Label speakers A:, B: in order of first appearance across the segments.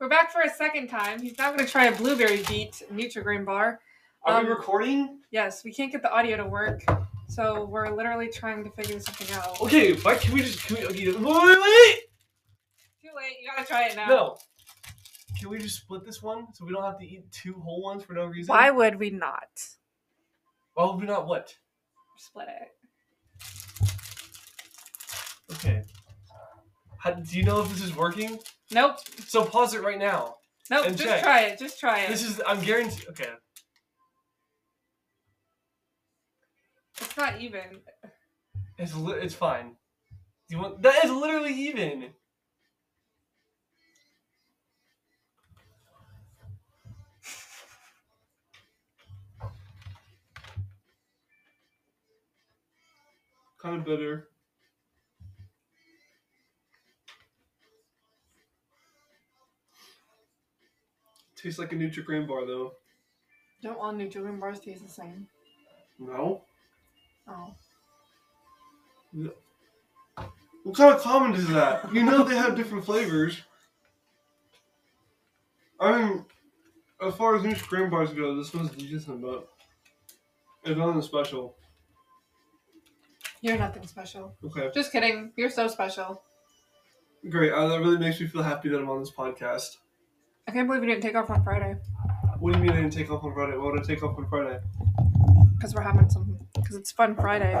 A: We're back for a second time. He's now going to try a blueberry beet Nutrigrain bar.
B: Are
A: Um,
B: we recording?
A: Yes, we can't get the audio to work, so we're literally trying to figure something out. Too
B: Okay, but can we just can we okay, wait, wait, wait,
A: late. You gotta try it now.
B: no. Can we just split this one so we don't have to eat two whole ones for no reason?
A: Why would we not
B: Why would we not what?
A: split it?
B: Okay. How, do you know if this is working?
A: Nope.
B: So pause it right now.
A: Nope.
B: And
A: just
B: check.
A: try it. Just try it.
B: This is I'm guaranteed. Okay.
A: it's not even.
B: It's li- it's fine. You want that is literally even. Kind of bitter. Tastes like a Nutri-Grain bar though.
A: Don't all Nutrigrain bars taste the same?
B: No.
A: Oh.
B: What kind of comment is that? You know they have different flavors. I mean, as far as new screen bars go, this one's decent, but it's nothing special.
A: You're nothing special.
B: Okay,
A: Just kidding. You're so special.
B: great. Uh, that really makes me feel happy that I'm on this podcast.
A: I can't believe you didn't take off on Friday
B: What do you mean I didn't take off on Friday? Why would I take off on Friday?
A: because we're having some. Because it's fun Friday.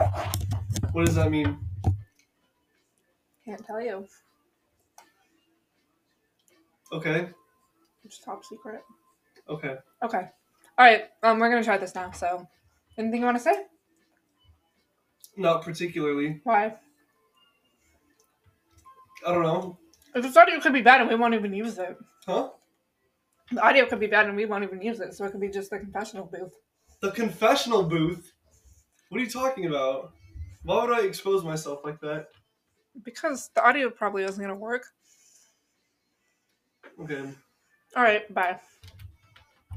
B: What does that mean?
A: Can't tell you.
B: Okay,
A: It's top secret.
B: okay.
A: Okay. All right. Um, we're gonna try this now. So, anything you want to say?
B: Not particularly.
A: Why?
B: I don't know.
A: If this audio could be bad and we won't even use it.
B: Huh?
A: The audio could be bad and we won't even use it, so it could be just the confessional booth.
B: The confessional booth? What are you talking about? Why would I expose myself like that?
A: Because the audio probably isn't gonna work.
B: Okay.
A: All right. Bye.